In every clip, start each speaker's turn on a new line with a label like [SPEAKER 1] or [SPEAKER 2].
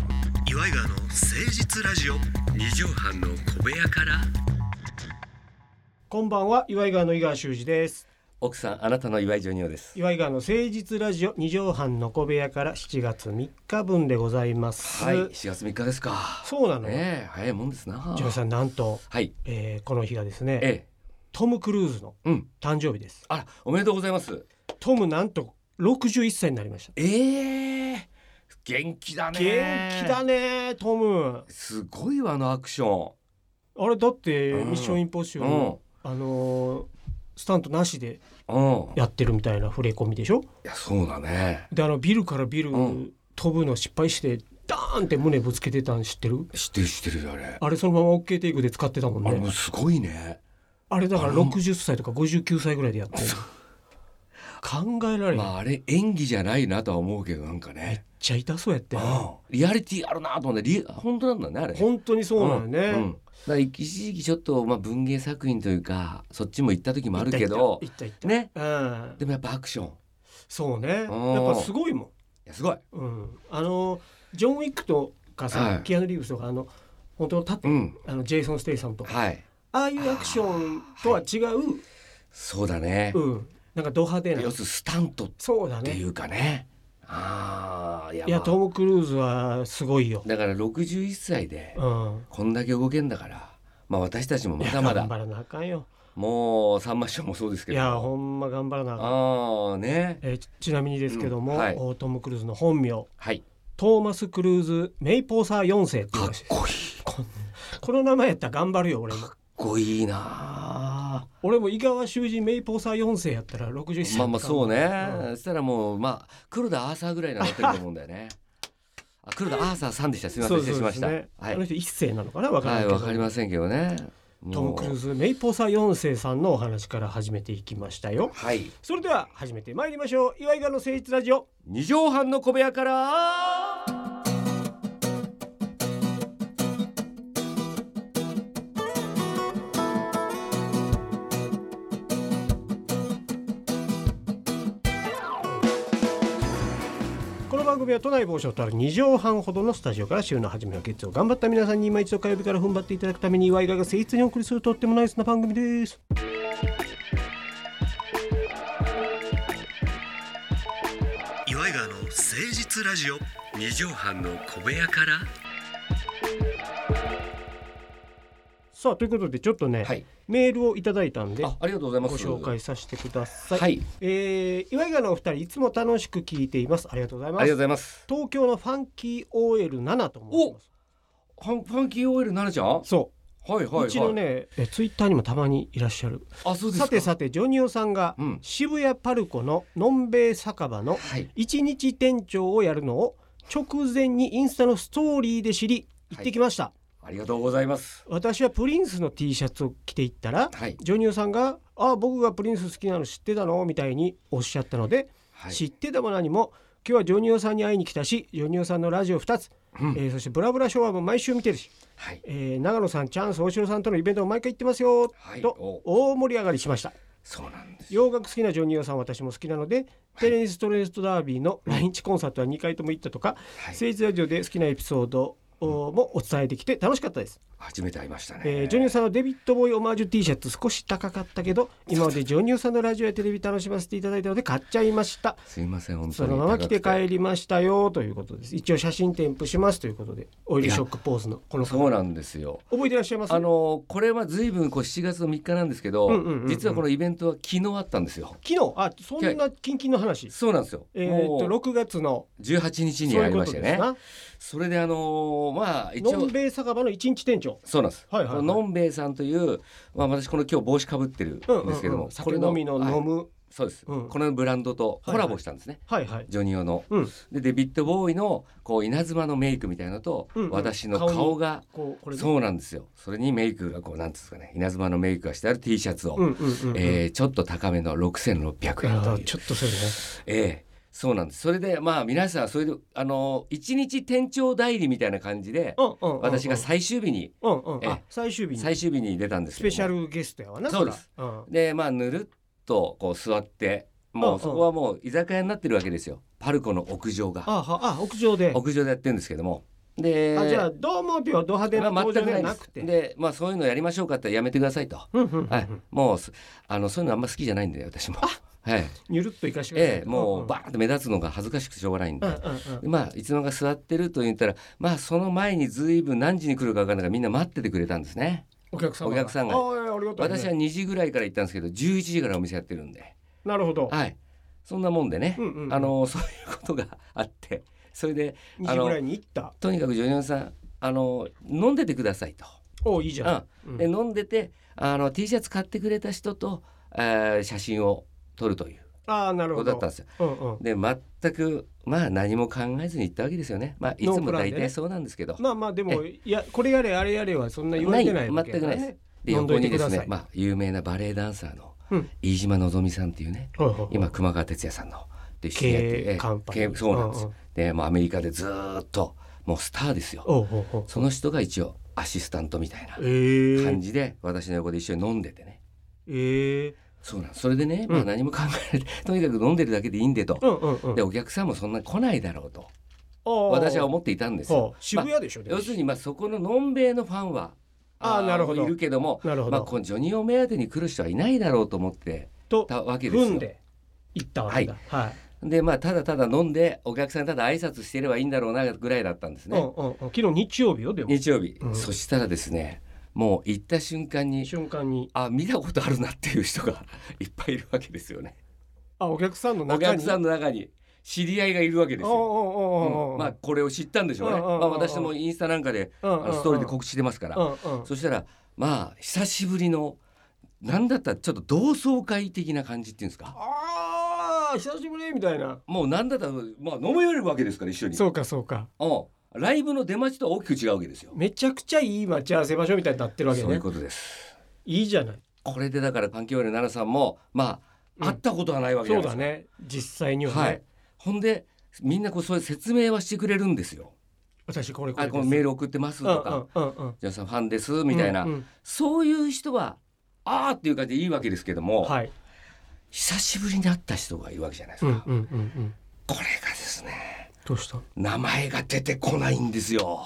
[SPEAKER 1] イガーの誠実ラジオ
[SPEAKER 2] 二畳半の小部屋から
[SPEAKER 3] こんばんは岩井川の井川修司です
[SPEAKER 2] 奥さんあなたの岩井ジョニオです
[SPEAKER 3] 岩井川の誠実ラジオ二畳半の小部屋から7月3日分でございます、
[SPEAKER 2] はい4月3日ですか
[SPEAKER 3] そうなのジ
[SPEAKER 2] ねえ早いもんですな
[SPEAKER 3] ョニーさんなんと、
[SPEAKER 2] はい
[SPEAKER 3] えー、この日がですね
[SPEAKER 2] え
[SPEAKER 3] トム・クルーズの
[SPEAKER 2] えうん
[SPEAKER 3] 誕生日です
[SPEAKER 2] あらおめでとうございます
[SPEAKER 3] トムなんと61歳になりました
[SPEAKER 2] ええ元気だね
[SPEAKER 3] 元気だねトム
[SPEAKER 2] すごいわあのアクショ
[SPEAKER 3] あれだって
[SPEAKER 2] う
[SPEAKER 3] 「
[SPEAKER 2] ん
[SPEAKER 3] ミッションインポッシ
[SPEAKER 2] ン
[SPEAKER 3] ブ
[SPEAKER 2] う
[SPEAKER 3] ル」
[SPEAKER 2] ん
[SPEAKER 3] あのースタントなしで
[SPEAKER 2] うんい
[SPEAKER 3] やってるみたいな触れ込みでしょ
[SPEAKER 2] やそうだね
[SPEAKER 3] であのビルからビル
[SPEAKER 2] うん
[SPEAKER 3] 飛ぶの失敗してダーンって胸ぶつけてたん知ってる
[SPEAKER 2] 知ってる知ってるあれ
[SPEAKER 3] あれそのまま OK テイクで使ってたもん
[SPEAKER 2] あれも
[SPEAKER 3] ね
[SPEAKER 2] うすごいね
[SPEAKER 3] あれだから
[SPEAKER 2] あの
[SPEAKER 3] 60歳とか59歳ぐらいでやってる考えられへん、
[SPEAKER 2] まああれ演技じゃないなとは思うけどなんか
[SPEAKER 3] めっ
[SPEAKER 2] ね
[SPEAKER 3] ちゃ痛そうやって
[SPEAKER 2] うんリアリティあるなと思ってリ本当なんだねあれ
[SPEAKER 3] 本当にそうなんよね、
[SPEAKER 2] うんうんだから一時期ちょっとまあ文芸作品というかそっちも行った時もあるけど
[SPEAKER 3] いったいったいっ
[SPEAKER 2] ね
[SPEAKER 3] たうん
[SPEAKER 2] でもやっぱアクションい
[SPEAKER 3] そうねやっ
[SPEAKER 2] うん
[SPEAKER 3] ぱすごいも
[SPEAKER 2] やすごい
[SPEAKER 3] ん、うん、あのジョン・ウィックとかさ、
[SPEAKER 2] はい
[SPEAKER 3] キアヌ・リーブスとかあの本当の立って
[SPEAKER 2] うん
[SPEAKER 3] あのジェイソン・ステイさんとか
[SPEAKER 2] はい
[SPEAKER 3] ああいうアクションとは違う、
[SPEAKER 2] そうだね
[SPEAKER 3] うん、なんかド派手な
[SPEAKER 2] 要するにスタントっ
[SPEAKER 3] そうだ
[SPEAKER 2] て
[SPEAKER 3] ね
[SPEAKER 2] いうかねああいや,、
[SPEAKER 3] い
[SPEAKER 2] ま
[SPEAKER 3] や
[SPEAKER 2] あ
[SPEAKER 3] トム・クルーズはすごいよ、
[SPEAKER 2] だから61歳で
[SPEAKER 3] うん、
[SPEAKER 2] こんだけ動けんだからまあ私たちもまだま
[SPEAKER 3] いや頑
[SPEAKER 2] だ
[SPEAKER 3] 張らなあかんよ
[SPEAKER 2] もうさんま師匠もそうですけ
[SPEAKER 3] い
[SPEAKER 2] ど
[SPEAKER 3] や
[SPEAKER 2] あ
[SPEAKER 3] ほんま頑張らなあかん
[SPEAKER 2] あーね
[SPEAKER 3] えーちちなみにですけども、
[SPEAKER 2] うんはい
[SPEAKER 3] おトム・クルーズの本名
[SPEAKER 2] はい
[SPEAKER 3] トーマス・クルーズ・メイポーサー4世っていう
[SPEAKER 2] からっ
[SPEAKER 3] しいです
[SPEAKER 2] こいい
[SPEAKER 3] こんこの名前やったら頑張るよ俺も
[SPEAKER 2] かっこいいな
[SPEAKER 3] 俺も井川修司メイポーサー4世やったら61歳
[SPEAKER 2] まあまあそう
[SPEAKER 3] う
[SPEAKER 2] ねそ
[SPEAKER 3] ん
[SPEAKER 2] したらもうまあ黒田アーサーぐらいになってると思うんだよ ねあ黒田アーサーさんでしたすみません
[SPEAKER 3] そう
[SPEAKER 2] 失
[SPEAKER 3] で
[SPEAKER 2] 礼
[SPEAKER 3] す
[SPEAKER 2] しました
[SPEAKER 3] ね
[SPEAKER 2] は
[SPEAKER 3] あの
[SPEAKER 2] い
[SPEAKER 3] 人一世なのかなわか
[SPEAKER 2] は
[SPEAKER 3] らない
[SPEAKER 2] い
[SPEAKER 3] けど
[SPEAKER 2] わかりませんけどね
[SPEAKER 3] トム・クルー
[SPEAKER 2] ズ
[SPEAKER 3] ズメイポーサー4世さんのお話から始めていきましたよ
[SPEAKER 2] はい
[SPEAKER 3] それでは始めてまいりましょう岩井川の誠実ラジオ
[SPEAKER 2] 二畳半の小部屋から
[SPEAKER 3] この番組は都内某所とある2畳半ほどのスタジオから週の初めの月曜頑張った皆さんに今一度火曜日から踏ん張っていただくために岩井川が誠実にお送りするとってもナイスな番組です
[SPEAKER 1] 岩井川の誠実ラジオ
[SPEAKER 2] 二畳半の小部屋から
[SPEAKER 3] さあということでちょっとね、
[SPEAKER 2] はい
[SPEAKER 3] メールをいただいたんで
[SPEAKER 2] あありがとうございま
[SPEAKER 3] ご
[SPEAKER 2] す
[SPEAKER 3] 紹介させてください、
[SPEAKER 2] はい
[SPEAKER 3] えー岩井川のお二人いつも楽しく聞いていますありがとうござい
[SPEAKER 2] あ
[SPEAKER 3] ま
[SPEAKER 2] りがとう
[SPEAKER 3] す
[SPEAKER 2] ございます
[SPEAKER 3] 東京のファンキー OL7 と申します
[SPEAKER 2] ファンファンキー OL 奈々ちゃん
[SPEAKER 3] そ、
[SPEAKER 2] はいうはいう
[SPEAKER 3] ちの
[SPEAKER 2] はい
[SPEAKER 3] ねえツイッターにもたまにいらっしゃる
[SPEAKER 2] あそうですか
[SPEAKER 3] さてさてジョニオさんが、
[SPEAKER 2] うん
[SPEAKER 3] 渋谷パルコののんべい酒場の
[SPEAKER 2] はい
[SPEAKER 3] 一日店長をやるのを直前にインスタのストーリーで知り行ってきました、
[SPEAKER 2] ありがとうございます
[SPEAKER 3] 私はプリンスの T シャツを着て行ったら
[SPEAKER 2] はい
[SPEAKER 3] ジョニオさんが「あ僕がプリンス好きなの知ってたの?」みたいにおっしゃったので、
[SPEAKER 2] はい
[SPEAKER 3] 知ってたも何も今日はジョニオさんに会いに来たしジョニオさんのラジオ2つ、
[SPEAKER 2] うん
[SPEAKER 3] えーそして「ブラブラショーアも毎週見てるし、
[SPEAKER 2] はい
[SPEAKER 3] えー長野さんチャンス大城さんとのイベントも毎回行ってますよ」
[SPEAKER 2] はい
[SPEAKER 3] と
[SPEAKER 2] お
[SPEAKER 3] 大盛り上がりしました。
[SPEAKER 2] そうなんです
[SPEAKER 3] 洋楽好きなジョニオさんは私も好きなので、テレンス・トレースト・ダービーの来日コンサートは2回とも行ったとか、
[SPEAKER 2] はい
[SPEAKER 3] 政治ラジオで好きなエピソードおもお伝えできて楽しかったです、
[SPEAKER 2] 初めて会いましたね、
[SPEAKER 3] えージョニオさんのデビッド・ボーイオマージュ T シャツ少し高かったけど今までジョニオさんのラジオやテレビ楽しませていただいたので買っちゃいました
[SPEAKER 2] すいません本当
[SPEAKER 3] そ
[SPEAKER 2] に
[SPEAKER 3] のまま着て
[SPEAKER 2] 高く
[SPEAKER 3] 帰りましたよということです一応写真添付しますということでオイルショックポーズのこの方
[SPEAKER 2] そうなんですよ
[SPEAKER 3] 覚えてらっしゃいます
[SPEAKER 2] あのこれは随分こう7月の3日なんですけど、
[SPEAKER 3] うんうんうんうん
[SPEAKER 2] 実はこのイベントは昨日あったんですよ
[SPEAKER 3] 昨日あそんな近々の話
[SPEAKER 2] そうなんですよ、
[SPEAKER 3] えー
[SPEAKER 2] も
[SPEAKER 3] っと
[SPEAKER 2] う
[SPEAKER 3] 6月の
[SPEAKER 2] 18日
[SPEAKER 3] そ
[SPEAKER 2] に
[SPEAKER 3] う
[SPEAKER 2] あ
[SPEAKER 3] い
[SPEAKER 2] り
[SPEAKER 3] うこ
[SPEAKER 2] ま
[SPEAKER 3] と
[SPEAKER 2] して
[SPEAKER 3] です
[SPEAKER 2] ね
[SPEAKER 3] な
[SPEAKER 2] それであのーまあ一
[SPEAKER 3] の
[SPEAKER 2] 応
[SPEAKER 3] んべい酒場の一日店長
[SPEAKER 2] そうなんです、
[SPEAKER 3] はいはいはい
[SPEAKER 2] こののんべえさんという、まあ、私この今日帽子かぶってるんですけども、こ
[SPEAKER 3] 酒
[SPEAKER 2] れ
[SPEAKER 3] 飲みの
[SPEAKER 2] は
[SPEAKER 3] 飲
[SPEAKER 2] い
[SPEAKER 3] む
[SPEAKER 2] そうです、
[SPEAKER 3] うん
[SPEAKER 2] このブランドとコラボしたんですね、
[SPEAKER 3] はいはい
[SPEAKER 2] ジョニオの
[SPEAKER 3] うん
[SPEAKER 2] でデビッド・ボーイのこう稲妻のメイクみたいのと、
[SPEAKER 3] うんうん
[SPEAKER 2] 私の
[SPEAKER 3] 顔に
[SPEAKER 2] 顔が
[SPEAKER 3] こうこれで
[SPEAKER 2] そうなんですよそれにメイクがこうなんていうんですかね稲妻のメイクがしてある T シャツを、
[SPEAKER 3] うんうんうんうん
[SPEAKER 2] えーちょっと高めの6600円
[SPEAKER 3] あ
[SPEAKER 2] と
[SPEAKER 3] ー
[SPEAKER 2] いう、
[SPEAKER 3] ちょっとそれね
[SPEAKER 2] えーそうなんですそれでまあ皆さんそれであの一日店長代理みたいな感じで
[SPEAKER 3] うんうんうんうん
[SPEAKER 2] 私が最終日に
[SPEAKER 3] うんうん
[SPEAKER 2] え
[SPEAKER 3] あ
[SPEAKER 2] え
[SPEAKER 3] 最終日に
[SPEAKER 2] 最終日に出たんです
[SPEAKER 3] ス
[SPEAKER 2] けど
[SPEAKER 3] ペ
[SPEAKER 2] も
[SPEAKER 3] シャルゲストやわな
[SPEAKER 2] そうです
[SPEAKER 3] れは
[SPEAKER 2] でまあぬるっとこう座って
[SPEAKER 3] うん
[SPEAKER 2] も
[SPEAKER 3] う
[SPEAKER 2] うんそこはもう居酒屋になってるわけですよパルコの屋上が
[SPEAKER 3] あはあ屋上で
[SPEAKER 2] 屋上でやってるんですけどもで
[SPEAKER 3] あじゃあどうも秒ド派手な
[SPEAKER 2] まあ全
[SPEAKER 3] 登
[SPEAKER 2] く
[SPEAKER 3] 場
[SPEAKER 2] な
[SPEAKER 3] ではい
[SPEAKER 2] で
[SPEAKER 3] な
[SPEAKER 2] す
[SPEAKER 3] くて、
[SPEAKER 2] でまあそういうのやりましょうかってやめてくださいと、
[SPEAKER 3] うんうんうん
[SPEAKER 2] はい、もうすあのそういうのあんま好きじゃないんで私も、 はい
[SPEAKER 3] ゆるっといかしてください
[SPEAKER 2] ええ、もう
[SPEAKER 3] ば
[SPEAKER 2] バーンと目立つのが恥ずかしくてしょうがないんで、
[SPEAKER 3] うんうんうん
[SPEAKER 2] でまあいつの間にか座ってると言ったらまあその前に随分何時に来るか分からないからみんな待っててくれたんですね
[SPEAKER 3] お客さん
[SPEAKER 2] お客さんが
[SPEAKER 3] あありがたいね
[SPEAKER 2] 私は2時ぐらいから行ったんですけど11時からお店やってるんで
[SPEAKER 3] なるほど、
[SPEAKER 2] はいそんなもんでね、
[SPEAKER 3] うんうんうん
[SPEAKER 2] あのそういうことがあってそれで
[SPEAKER 3] 2時ぐらいに行った
[SPEAKER 2] とにかくジョニオンさんあの飲んでてくださいと、
[SPEAKER 3] おいいじゃん、
[SPEAKER 2] うん、で飲んでてあの T シャツ買ってくれた人と、えー写真を撮るという
[SPEAKER 3] ああなる
[SPEAKER 2] こ
[SPEAKER 3] ほ
[SPEAKER 2] と
[SPEAKER 3] ど
[SPEAKER 2] だったんですよ
[SPEAKER 3] うんうん、
[SPEAKER 2] で全くまあ何も考えずに行ったわけですよねまあいつ
[SPEAKER 3] ノープ
[SPEAKER 2] も
[SPEAKER 3] ランで
[SPEAKER 2] 大
[SPEAKER 3] ね
[SPEAKER 2] 体そうなんですけど、
[SPEAKER 3] まあまあでもいやこれやれあれやれはそんな言われてないわけだね
[SPEAKER 2] ない全くないで
[SPEAKER 3] 飲んど
[SPEAKER 2] 横
[SPEAKER 3] いて
[SPEAKER 2] にで
[SPEAKER 3] くだ
[SPEAKER 2] す
[SPEAKER 3] さ
[SPEAKER 2] ね
[SPEAKER 3] い、
[SPEAKER 2] まあ、有名なバレエダンサーの
[SPEAKER 3] うん
[SPEAKER 2] 飯島のぞみさんっていうね、
[SPEAKER 3] はいはいはい
[SPEAKER 2] 今熊川哲也さんので
[SPEAKER 3] 経営
[SPEAKER 2] ええ
[SPEAKER 3] カンパニー
[SPEAKER 2] 経営そうなんです、
[SPEAKER 3] うんうん
[SPEAKER 2] でもうアメリカでずーっともうスターですよ
[SPEAKER 3] おうおうおう
[SPEAKER 2] その人が一応アシスタントみたいな
[SPEAKER 3] えー、
[SPEAKER 2] 感じで私の横で一緒に飲んでてね
[SPEAKER 3] えー、
[SPEAKER 2] そうなんですそれでね、
[SPEAKER 3] うん
[SPEAKER 2] まあ、何も考えないとにかく飲んでるだけでいいんでと、
[SPEAKER 3] うんうんうん
[SPEAKER 2] でお客さんもそんな来ないだろうと私
[SPEAKER 3] 私
[SPEAKER 2] は思っていたんです
[SPEAKER 3] は
[SPEAKER 2] よ
[SPEAKER 3] あ、渋谷でしょ、でも
[SPEAKER 2] 要するにまあそこののんべえのファンは
[SPEAKER 3] あーなるほど
[SPEAKER 2] いるけども
[SPEAKER 3] なるほど
[SPEAKER 2] まあ、このジョニオ目当てに来る人はいないだろうと思って
[SPEAKER 3] と
[SPEAKER 2] たわけですよ。
[SPEAKER 3] 踏んで行ったわけだはい、
[SPEAKER 2] でまあただただ飲んでお客さんにただ挨拶してればいいんだろうなぐらいだったんです
[SPEAKER 3] うん
[SPEAKER 2] ね。
[SPEAKER 3] うんうん昨日日曜日よでも
[SPEAKER 2] 日曜日、
[SPEAKER 3] うん
[SPEAKER 2] そしたらですねもう行った瞬間に
[SPEAKER 3] 瞬間に
[SPEAKER 2] あ見たことあるなっていう人が いっぱいいるわけですよね。
[SPEAKER 3] あお客さんの
[SPEAKER 2] お
[SPEAKER 3] 中に
[SPEAKER 2] 客さんの中に知り合いがいるわけです
[SPEAKER 3] おう
[SPEAKER 2] よ。
[SPEAKER 3] おうおうおう
[SPEAKER 2] うんまあこれを知ったんでしょうね。
[SPEAKER 3] うん
[SPEAKER 2] ま
[SPEAKER 3] うんうん
[SPEAKER 2] あ私もインスタなんかで
[SPEAKER 3] うんうんうん
[SPEAKER 2] あのストーリーで告知してますから。
[SPEAKER 3] うんうん
[SPEAKER 2] そしたらまあ久しぶりのなんだったらちょっと同窓会的な感じっていうんですか
[SPEAKER 3] ああ久しぶりみたいな
[SPEAKER 2] もうなんだったらまあ飲めるわけですから一緒に
[SPEAKER 3] そうかそうか
[SPEAKER 2] うんライブの出待ちとは大きく違うわけですよ、
[SPEAKER 3] めちゃくちゃいい待ち合わせ場所みたいになってるわけ
[SPEAKER 2] そうい
[SPEAKER 3] ね
[SPEAKER 2] うことです
[SPEAKER 3] いいじゃない
[SPEAKER 2] これでだからパンキーワールド奈良さんもま
[SPEAKER 3] うん
[SPEAKER 2] あ会ったことはないわけじゃ
[SPEAKER 3] そう
[SPEAKER 2] ないで
[SPEAKER 3] だ
[SPEAKER 2] すか、
[SPEAKER 3] ね実際にはね、
[SPEAKER 2] はいほんでみんなこうそういう説明はしてくれるんですよ
[SPEAKER 3] 私これこれ
[SPEAKER 2] あこのメール送ってますとか、
[SPEAKER 3] うんうんうんうん
[SPEAKER 2] じゃあさんファンですみたいな、
[SPEAKER 3] うんうん
[SPEAKER 2] そういう人はああっていう感じでいいわけですけども、
[SPEAKER 3] はい
[SPEAKER 2] 久しぶりに会った人がいるわけじゃないです
[SPEAKER 3] う
[SPEAKER 2] か、
[SPEAKER 3] んうんうんうん
[SPEAKER 2] これがですね
[SPEAKER 3] どうした
[SPEAKER 2] 名前が出てこないんですよ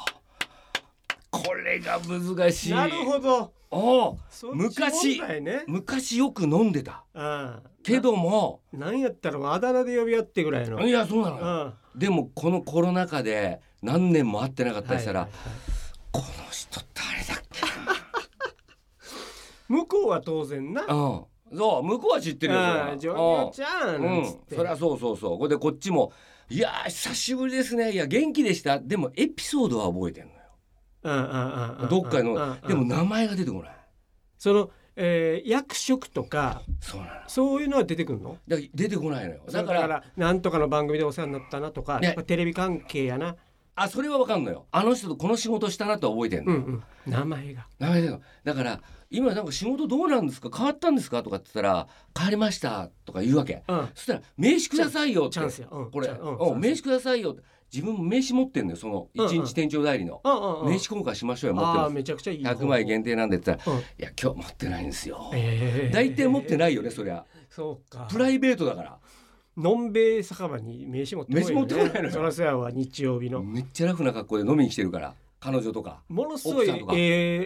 [SPEAKER 2] これが難しい
[SPEAKER 3] なるほど
[SPEAKER 2] おう
[SPEAKER 3] そっち
[SPEAKER 2] 昔
[SPEAKER 3] 問題ね
[SPEAKER 2] 昔よく飲んでた
[SPEAKER 3] ああ
[SPEAKER 2] けども
[SPEAKER 3] なんやったらあだ名で呼び合ってぐらいの。
[SPEAKER 2] いやそうなのよ
[SPEAKER 3] あ
[SPEAKER 2] でもこのコロナ禍で何年も会ってなか
[SPEAKER 3] あ
[SPEAKER 2] ったりしたら、
[SPEAKER 3] はいはいはい
[SPEAKER 2] この人誰だっけ
[SPEAKER 3] 向こうは当然な。
[SPEAKER 2] うんそう向こうは知ってるよそれは
[SPEAKER 3] ああジョニオちゃん
[SPEAKER 2] う
[SPEAKER 3] なん
[SPEAKER 2] ん
[SPEAKER 3] つって。
[SPEAKER 2] そりゃそうそうそうこれでこっちも「いやー久しぶりですねいや元気でした」でもエピソードは覚えてんのよ
[SPEAKER 3] うんうんうんうんうん
[SPEAKER 2] どっか
[SPEAKER 3] うんう
[SPEAKER 2] の
[SPEAKER 3] ん
[SPEAKER 2] でも名前が出てこない
[SPEAKER 3] その、えー、役職とか
[SPEAKER 2] そうなの
[SPEAKER 3] そういうのは出てくるの
[SPEAKER 2] だから出てこないのよだから
[SPEAKER 3] なんとかの番組でお世話になったなとか、
[SPEAKER 2] ね
[SPEAKER 3] やっぱテレビ関係やな、
[SPEAKER 2] あそれはわかんのよあの人とこの仕事したなとは覚えてんの、
[SPEAKER 3] うんうん、名前が。
[SPEAKER 2] 名前だよだから今なんか仕事どうなんですか変わったんですかとかって言ったら変わりましたとか言うわけ
[SPEAKER 3] うん、
[SPEAKER 2] そしたら名刺くださいよって
[SPEAKER 3] チャンスやうん
[SPEAKER 2] これ、
[SPEAKER 3] チャンうん
[SPEAKER 2] うん
[SPEAKER 3] チャンス
[SPEAKER 2] 名刺くださいよって自分も名刺持ってんのよその
[SPEAKER 3] うんうん
[SPEAKER 2] 一日店長代理の、
[SPEAKER 3] うんうんうん、
[SPEAKER 2] 名刺交換しましょうよ持って
[SPEAKER 3] ああ
[SPEAKER 2] ます
[SPEAKER 3] めちゃくちゃいい方法。
[SPEAKER 2] 100枚限定なんでって言ったら、
[SPEAKER 3] うん
[SPEAKER 2] いや今日持ってないんですよ、
[SPEAKER 3] えー
[SPEAKER 2] 大体持ってないよねそりゃ
[SPEAKER 3] そうか。
[SPEAKER 2] プライベートだから
[SPEAKER 3] のんべえ酒場に名刺持ってこいよ、
[SPEAKER 2] 名刺
[SPEAKER 3] ね。
[SPEAKER 2] 持ってこないのよ
[SPEAKER 3] そらそやは日曜日の。
[SPEAKER 2] めっちゃラフな格好で飲みに来てるから彼女とか
[SPEAKER 3] ものすご
[SPEAKER 2] 奥
[SPEAKER 3] い
[SPEAKER 2] さんとか
[SPEAKER 3] え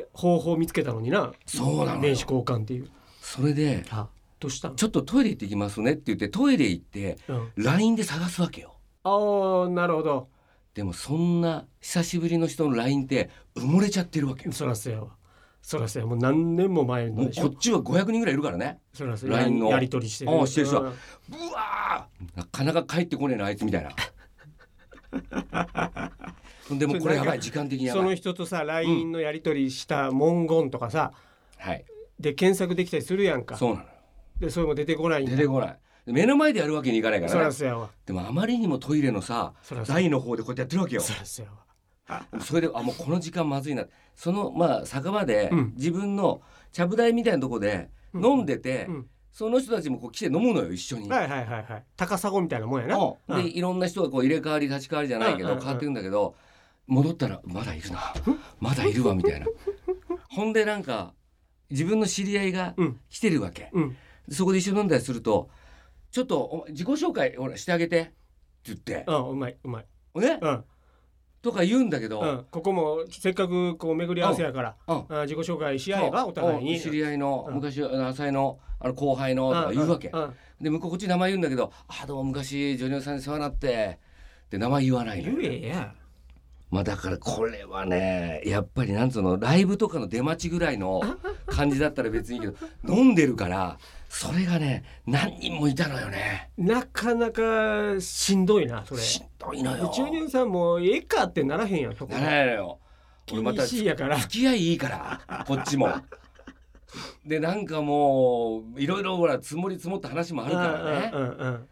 [SPEAKER 3] え方法を見つけたのにな
[SPEAKER 2] そうなのよ
[SPEAKER 3] 名刺交換っていう
[SPEAKER 2] それで
[SPEAKER 3] あどうしたの
[SPEAKER 2] ちょっとトイレ行ってきますねって言ってトイレ行って
[SPEAKER 3] うん、
[SPEAKER 2] LINE で探すわけよ
[SPEAKER 3] ああなるほど
[SPEAKER 2] でもそんな久しぶりの人の LINE って埋もれちゃってるわけよ
[SPEAKER 3] そらそやわそらそやもう何年も前
[SPEAKER 2] も
[SPEAKER 3] の
[SPEAKER 2] う
[SPEAKER 3] でし
[SPEAKER 2] こ
[SPEAKER 3] ょ
[SPEAKER 2] っちは500人ぐらいいるからね
[SPEAKER 3] そらそや
[SPEAKER 2] LINE の
[SPEAKER 3] やり取りして
[SPEAKER 2] ああしてる人は
[SPEAKER 3] うん
[SPEAKER 2] うわーなかなか帰ってこねえなあいつみたいなほんでもうこれやばい時間的にや
[SPEAKER 3] そ
[SPEAKER 2] ば
[SPEAKER 3] の
[SPEAKER 2] い、
[SPEAKER 3] 人とさ LINE のやり取りした文言とかさ、
[SPEAKER 2] はい、
[SPEAKER 3] で検索できたりするやんか
[SPEAKER 2] そうなのよ
[SPEAKER 3] でそれも出てこないんだ
[SPEAKER 2] 出てこない目の前でやるわけにいかないか
[SPEAKER 3] そ
[SPEAKER 2] ら
[SPEAKER 3] ら
[SPEAKER 2] ね
[SPEAKER 3] そやわ
[SPEAKER 2] でもあまりにもトイレのさ
[SPEAKER 3] そらそや
[SPEAKER 2] 台の方でこうやってやってるわけよ
[SPEAKER 3] そらそやわ
[SPEAKER 2] それであもうこの時間まずいなそのまあ酒場で
[SPEAKER 3] うん
[SPEAKER 2] 自分のちゃぶ台みたいなとこで
[SPEAKER 3] うん
[SPEAKER 2] 飲んでて、
[SPEAKER 3] うん
[SPEAKER 2] その人たちもこう来て飲むのよ一緒に。
[SPEAKER 3] はいはいはいはい高砂みたいなもんやな
[SPEAKER 2] うん
[SPEAKER 3] うん
[SPEAKER 2] でいろんな人がこう入れ替わり立ち替わりじゃないけど
[SPEAKER 3] うんうんうん
[SPEAKER 2] 変わってくんだけど戻ったらまだいるなまだいるわみたいな。ほんでなんか自分の知り合いが
[SPEAKER 3] うん
[SPEAKER 2] 来てるわけ。
[SPEAKER 3] うん
[SPEAKER 2] そこで一緒に飲んだりすると「ちょっとお自己紹介ほらしてあげて」って言って
[SPEAKER 3] うんうまいうまい
[SPEAKER 2] ね
[SPEAKER 3] うん
[SPEAKER 2] とか言うんだけど、
[SPEAKER 3] うん、ここもせっかくこう巡り合わせやから、
[SPEAKER 2] うん
[SPEAKER 3] あ自己紹介し合えばお互いに
[SPEAKER 2] うん知り合いの
[SPEAKER 3] うん
[SPEAKER 2] 昔あの浅井のあの後輩のとか言うわけ
[SPEAKER 3] んん
[SPEAKER 2] で向こうこっち名前言うんだけど「あどうも昔ジョニオさんに世話になって」って名前言わないの
[SPEAKER 3] 言えや
[SPEAKER 2] まあだからこれはねやっぱりなんつうのライブとかの出待ちぐらいの感じだったら別にいいけど 飲んでるからそれがね何人もいたのよね
[SPEAKER 3] なかなかしんどいなそれ
[SPEAKER 2] しんどいのよ
[SPEAKER 3] 中年さんもええかってならへんやんそこ
[SPEAKER 2] ならないのよ俺また
[SPEAKER 3] 厳しいやから
[SPEAKER 2] 付き合いいいからこっちも。でなんかもういろいろほら積もり積もった話もあるからね
[SPEAKER 3] う。んうんうんうん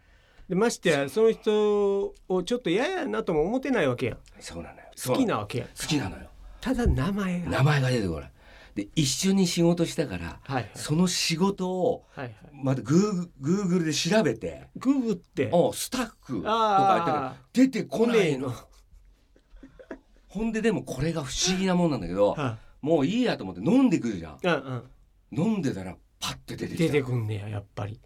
[SPEAKER 3] でましてやその人をちょっと嫌やなとも思ってないわけやん
[SPEAKER 2] そうなのよ。
[SPEAKER 3] 好きなわけやん
[SPEAKER 2] 好きなのよ。
[SPEAKER 3] ただ名前が
[SPEAKER 2] 名前が出てこない。で一緒に仕事したから
[SPEAKER 3] はい
[SPEAKER 2] その仕事を
[SPEAKER 3] はいはい
[SPEAKER 2] またグーグーグルで調べて、
[SPEAKER 3] ググって
[SPEAKER 2] おスタッフとか言ったら
[SPEAKER 3] ああ
[SPEAKER 2] 出てこないの。
[SPEAKER 3] の
[SPEAKER 2] ほんででもこれが不思議なもんなんだけど、
[SPEAKER 3] は
[SPEAKER 2] もういいやと思って飲んでくるじゃん。
[SPEAKER 3] いうんうん
[SPEAKER 2] 飲んでたらパッて出て
[SPEAKER 3] 出
[SPEAKER 2] き
[SPEAKER 3] て
[SPEAKER 2] た。
[SPEAKER 3] くんねややっぱり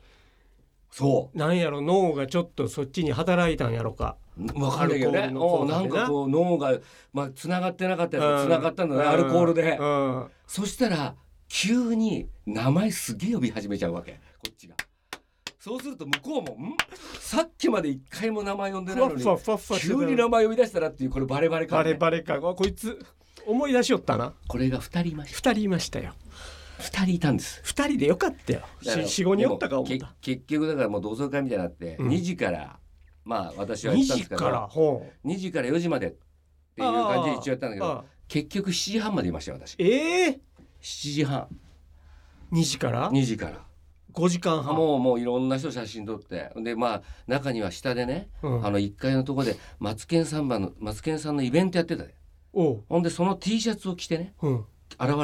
[SPEAKER 2] そ
[SPEAKER 3] なんやろ脳がちょっとそっちに働いたんやろか
[SPEAKER 2] う。わかんないけど
[SPEAKER 3] ア
[SPEAKER 2] ね。
[SPEAKER 3] ルコ
[SPEAKER 2] お
[SPEAKER 3] ールの効果
[SPEAKER 2] な
[SPEAKER 3] で
[SPEAKER 2] ん
[SPEAKER 3] な
[SPEAKER 2] かこう脳がまあ繋がってなかったやつが繋がったんだね、アルコールで。
[SPEAKER 3] うんうん
[SPEAKER 2] そしたら急に名前すげえ呼び始めちゃうわけこっちがそうすると向こうも「んさっきまで一回も名前呼んで
[SPEAKER 3] ふ
[SPEAKER 2] ない
[SPEAKER 3] わ
[SPEAKER 2] の
[SPEAKER 3] っ
[SPEAKER 2] に
[SPEAKER 3] ふわふわふわして
[SPEAKER 2] 急
[SPEAKER 3] た
[SPEAKER 2] に名前呼び出したら」っていうこれバレバレ
[SPEAKER 3] バ
[SPEAKER 2] 感、
[SPEAKER 3] レ
[SPEAKER 2] ね、
[SPEAKER 3] バレかわこいつ思い出しよったな
[SPEAKER 2] これが2人いまし
[SPEAKER 3] 二人いましたよ
[SPEAKER 2] た2人いたんです
[SPEAKER 3] 二人でよかったよ
[SPEAKER 2] だから
[SPEAKER 3] 45人おったか思っ
[SPEAKER 2] でも
[SPEAKER 3] た
[SPEAKER 2] け結局だからもう同窓会みたいになって、
[SPEAKER 3] うん
[SPEAKER 2] 2時からまあ私は
[SPEAKER 3] 2
[SPEAKER 2] やったんで
[SPEAKER 3] 時
[SPEAKER 2] すけ
[SPEAKER 3] から
[SPEAKER 2] ど
[SPEAKER 3] ほう
[SPEAKER 2] 2時から4時までっていう感じで一応やったんだけど
[SPEAKER 3] あ
[SPEAKER 2] 結局7時半までいましたよ私7
[SPEAKER 3] ええ
[SPEAKER 2] 時半
[SPEAKER 3] 2時から
[SPEAKER 2] 2時から
[SPEAKER 3] 5時間
[SPEAKER 2] あ
[SPEAKER 3] 半
[SPEAKER 2] もうもういろんな人写真撮ってでまあ中には下でね
[SPEAKER 3] うん
[SPEAKER 2] あの1階のとこでマツケンさんばのマツケンさんのイベントやってたで
[SPEAKER 3] おう
[SPEAKER 2] ほんでその T シャツを着てね
[SPEAKER 3] うん
[SPEAKER 2] 現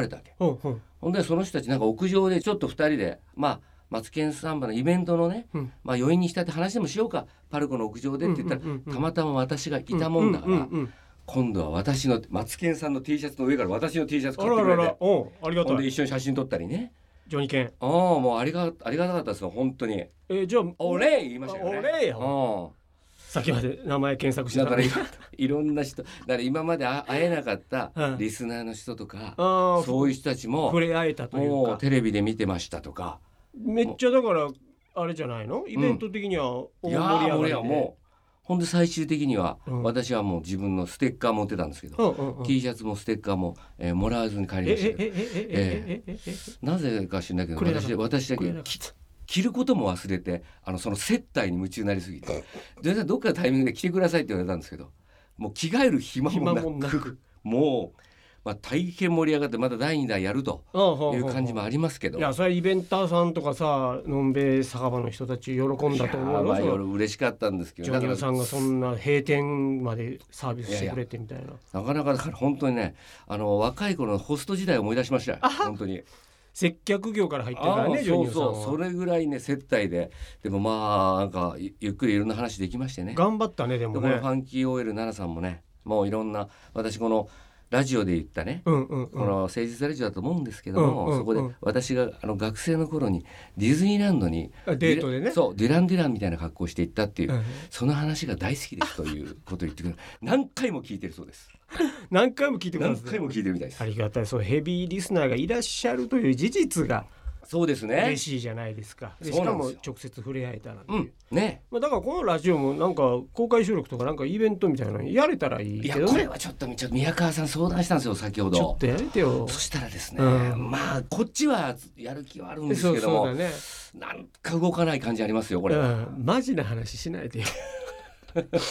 [SPEAKER 2] れたわけ
[SPEAKER 3] うんうん
[SPEAKER 2] ほんでその人たちなんか屋上でちょっと2人でまあマツケンサンバのイベントのね、
[SPEAKER 3] うん
[SPEAKER 2] まあ余韻に浸って話でもしようかパルコの屋上でって言ったら、
[SPEAKER 3] うんうんうんうん
[SPEAKER 2] たまたま私がいたもんだから、
[SPEAKER 3] うううん
[SPEAKER 2] 今度は私のマツケンさんの T シャツの上から私の T シャツ
[SPEAKER 3] あ
[SPEAKER 2] 買って
[SPEAKER 3] ら
[SPEAKER 2] くれ
[SPEAKER 3] ら
[SPEAKER 2] て
[SPEAKER 3] らおうありが
[SPEAKER 2] ほん
[SPEAKER 3] た
[SPEAKER 2] で
[SPEAKER 3] い
[SPEAKER 2] 一緒に写真撮ったりね
[SPEAKER 3] ジョニケン
[SPEAKER 2] ああもうありがありがたかったですよ本当に
[SPEAKER 3] えーじゃあ
[SPEAKER 2] 「お礼!」言いましたよね
[SPEAKER 3] お礼や
[SPEAKER 2] うん
[SPEAKER 3] 先まで名前検索して
[SPEAKER 2] だ
[SPEAKER 3] た
[SPEAKER 2] か
[SPEAKER 3] の
[SPEAKER 2] ら
[SPEAKER 3] に
[SPEAKER 2] いいろんな人だから今まであ会えなかった
[SPEAKER 3] うん
[SPEAKER 2] リスナーの人とか、
[SPEAKER 3] ああ
[SPEAKER 2] そういう人たちも
[SPEAKER 3] 触れ合えたという
[SPEAKER 2] も
[SPEAKER 3] か
[SPEAKER 2] うテレビで見てましたとか
[SPEAKER 3] めっちゃだからあれじゃないのイベント的には大
[SPEAKER 2] いやー
[SPEAKER 3] 盛り
[SPEAKER 2] 俺
[SPEAKER 3] 上が
[SPEAKER 2] は
[SPEAKER 3] りで
[SPEAKER 2] もうほんで最終的には
[SPEAKER 3] うん
[SPEAKER 2] 私はもう自分のステッカー持ってたんですけど、
[SPEAKER 3] うんうんうん
[SPEAKER 2] T シャツもステッカーも、えーもらわずに帰
[SPEAKER 3] え
[SPEAKER 2] り
[SPEAKER 3] え
[SPEAKER 2] ましたけど
[SPEAKER 3] ええええええええ
[SPEAKER 2] なぜか知らないけど
[SPEAKER 3] くれなかっ
[SPEAKER 2] 私
[SPEAKER 3] た
[SPEAKER 2] 私だ
[SPEAKER 3] これ
[SPEAKER 2] け
[SPEAKER 3] なんか
[SPEAKER 2] 着ることも忘れてあのその接待に夢中になりすぎて全然どっかのタイミングで着てくださいって言われたんですけどもう着替える暇も
[SPEAKER 3] 暇
[SPEAKER 2] なく
[SPEAKER 3] もなく
[SPEAKER 2] もう、まあ、大変盛り上がってまた第2弾やると。
[SPEAKER 3] い
[SPEAKER 2] いう感じもありますけど。
[SPEAKER 3] いやそれはイベンターさんとかさのんべい酒場の人たち喜んだと思う
[SPEAKER 2] いやまあ
[SPEAKER 3] よその
[SPEAKER 2] 夜嬉しかったんですけ
[SPEAKER 3] ジ
[SPEAKER 2] ど、
[SPEAKER 3] ョ
[SPEAKER 2] だ
[SPEAKER 3] ニ
[SPEAKER 2] から
[SPEAKER 3] オさんがそんな閉店までサービスしてくれてみたいな
[SPEAKER 2] なかなかだから本当にね、あの若い頃のホスト時代を思い出しましたよ。本当に。
[SPEAKER 3] 接客業から入ってるか
[SPEAKER 2] あ
[SPEAKER 3] ら
[SPEAKER 2] あ
[SPEAKER 3] ねジョ
[SPEAKER 2] そ
[SPEAKER 3] ニ
[SPEAKER 2] う
[SPEAKER 3] オさん
[SPEAKER 2] そう、
[SPEAKER 3] は
[SPEAKER 2] それぐらいね接待で、でもまあなんかゆゆっくりいろんな話できましてね。
[SPEAKER 3] 頑張ったねで
[SPEAKER 2] で
[SPEAKER 3] も
[SPEAKER 2] この
[SPEAKER 3] ね
[SPEAKER 2] ファンキー OL 奈良さんもね、もういろんな私このラジオで言ったね。
[SPEAKER 3] うんうんう
[SPEAKER 2] この
[SPEAKER 3] ん
[SPEAKER 2] 誠実ラジオだと思うんですけども、
[SPEAKER 3] うんうんうん
[SPEAKER 2] そこで私があの学生の頃にディズニーランドに
[SPEAKER 3] あデートでね
[SPEAKER 2] そうデュラン・デュランみたいな格好をして行ったっていう、
[SPEAKER 3] うん
[SPEAKER 2] その話が大好きですということを言ってくる何回も聞いてるそうです
[SPEAKER 3] 何回も聞いてくれ
[SPEAKER 2] 何
[SPEAKER 3] ます
[SPEAKER 2] 回
[SPEAKER 3] ね
[SPEAKER 2] も聞いてるみたいです
[SPEAKER 3] ありがたいそうヘビーリスナーがいらっしゃるという事実が
[SPEAKER 2] そうですね
[SPEAKER 3] 嬉しいじゃないですかでし
[SPEAKER 2] そう
[SPEAKER 3] か
[SPEAKER 2] なんです
[SPEAKER 3] も
[SPEAKER 2] よ
[SPEAKER 3] 直接触れ合えたらね
[SPEAKER 2] うんね
[SPEAKER 3] まあだからこのラジオもなんか公開収録とかなんかイベントみたいなのやれたらいい
[SPEAKER 2] いや
[SPEAKER 3] けど
[SPEAKER 2] これ
[SPEAKER 3] ね
[SPEAKER 2] はちょっとちょっと宮川さん相談したんですよ先ほ
[SPEAKER 3] ちょ
[SPEAKER 2] ど
[SPEAKER 3] っとやめてよ
[SPEAKER 2] そしたらですね、
[SPEAKER 3] うん
[SPEAKER 2] まあこっちはやる気はあるんです
[SPEAKER 3] そう
[SPEAKER 2] けど
[SPEAKER 3] そう
[SPEAKER 2] も
[SPEAKER 3] だね
[SPEAKER 2] なんか動かない感じありますよこれ、
[SPEAKER 3] うん、マジな話しないでよ。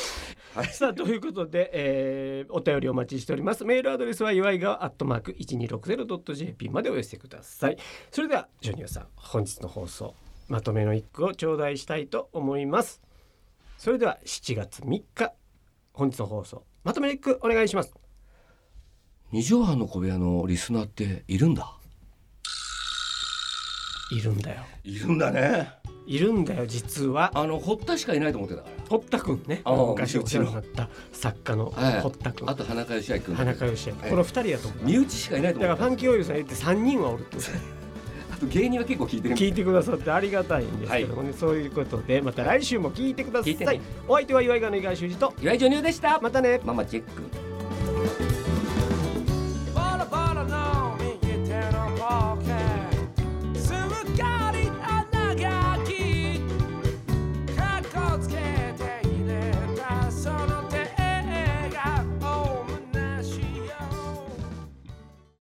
[SPEAKER 3] さあということで、えーお便りお待ちしておりますメールアドレスは祝いがアットマーク 1260.jp までお寄せくださいそれではジョニオさん本日の放送まとめの一句を頂戴したいと思いますそれでは7月3日本日の放送まとめの一句お願いします
[SPEAKER 2] 二畳半の小部屋のリスナーっているんだ
[SPEAKER 3] いるんだよ
[SPEAKER 2] いるんだね
[SPEAKER 3] いるんだよ実は
[SPEAKER 2] あの堀田しかいないと思ってたから
[SPEAKER 3] 堀田くんね
[SPEAKER 2] ああ
[SPEAKER 3] 昔お世話になった作家の
[SPEAKER 2] はい
[SPEAKER 3] 堀田くん、
[SPEAKER 2] あと花川義明君
[SPEAKER 3] 花川義明
[SPEAKER 2] ええ
[SPEAKER 3] この2人やと思う
[SPEAKER 2] 身内しかいないと
[SPEAKER 3] だから
[SPEAKER 2] 思って
[SPEAKER 3] ファンキーオイルさん言って3人はおるってこと
[SPEAKER 2] たあと芸人は結構聞いてる
[SPEAKER 3] 聞いてくださってありがたいんですけどもね、そういうことでまた来週も聞いてください
[SPEAKER 2] 聞いてね
[SPEAKER 3] お相手は岩井川の井川修司と
[SPEAKER 2] 岩井ジョニオでした
[SPEAKER 3] またね
[SPEAKER 2] ママチェック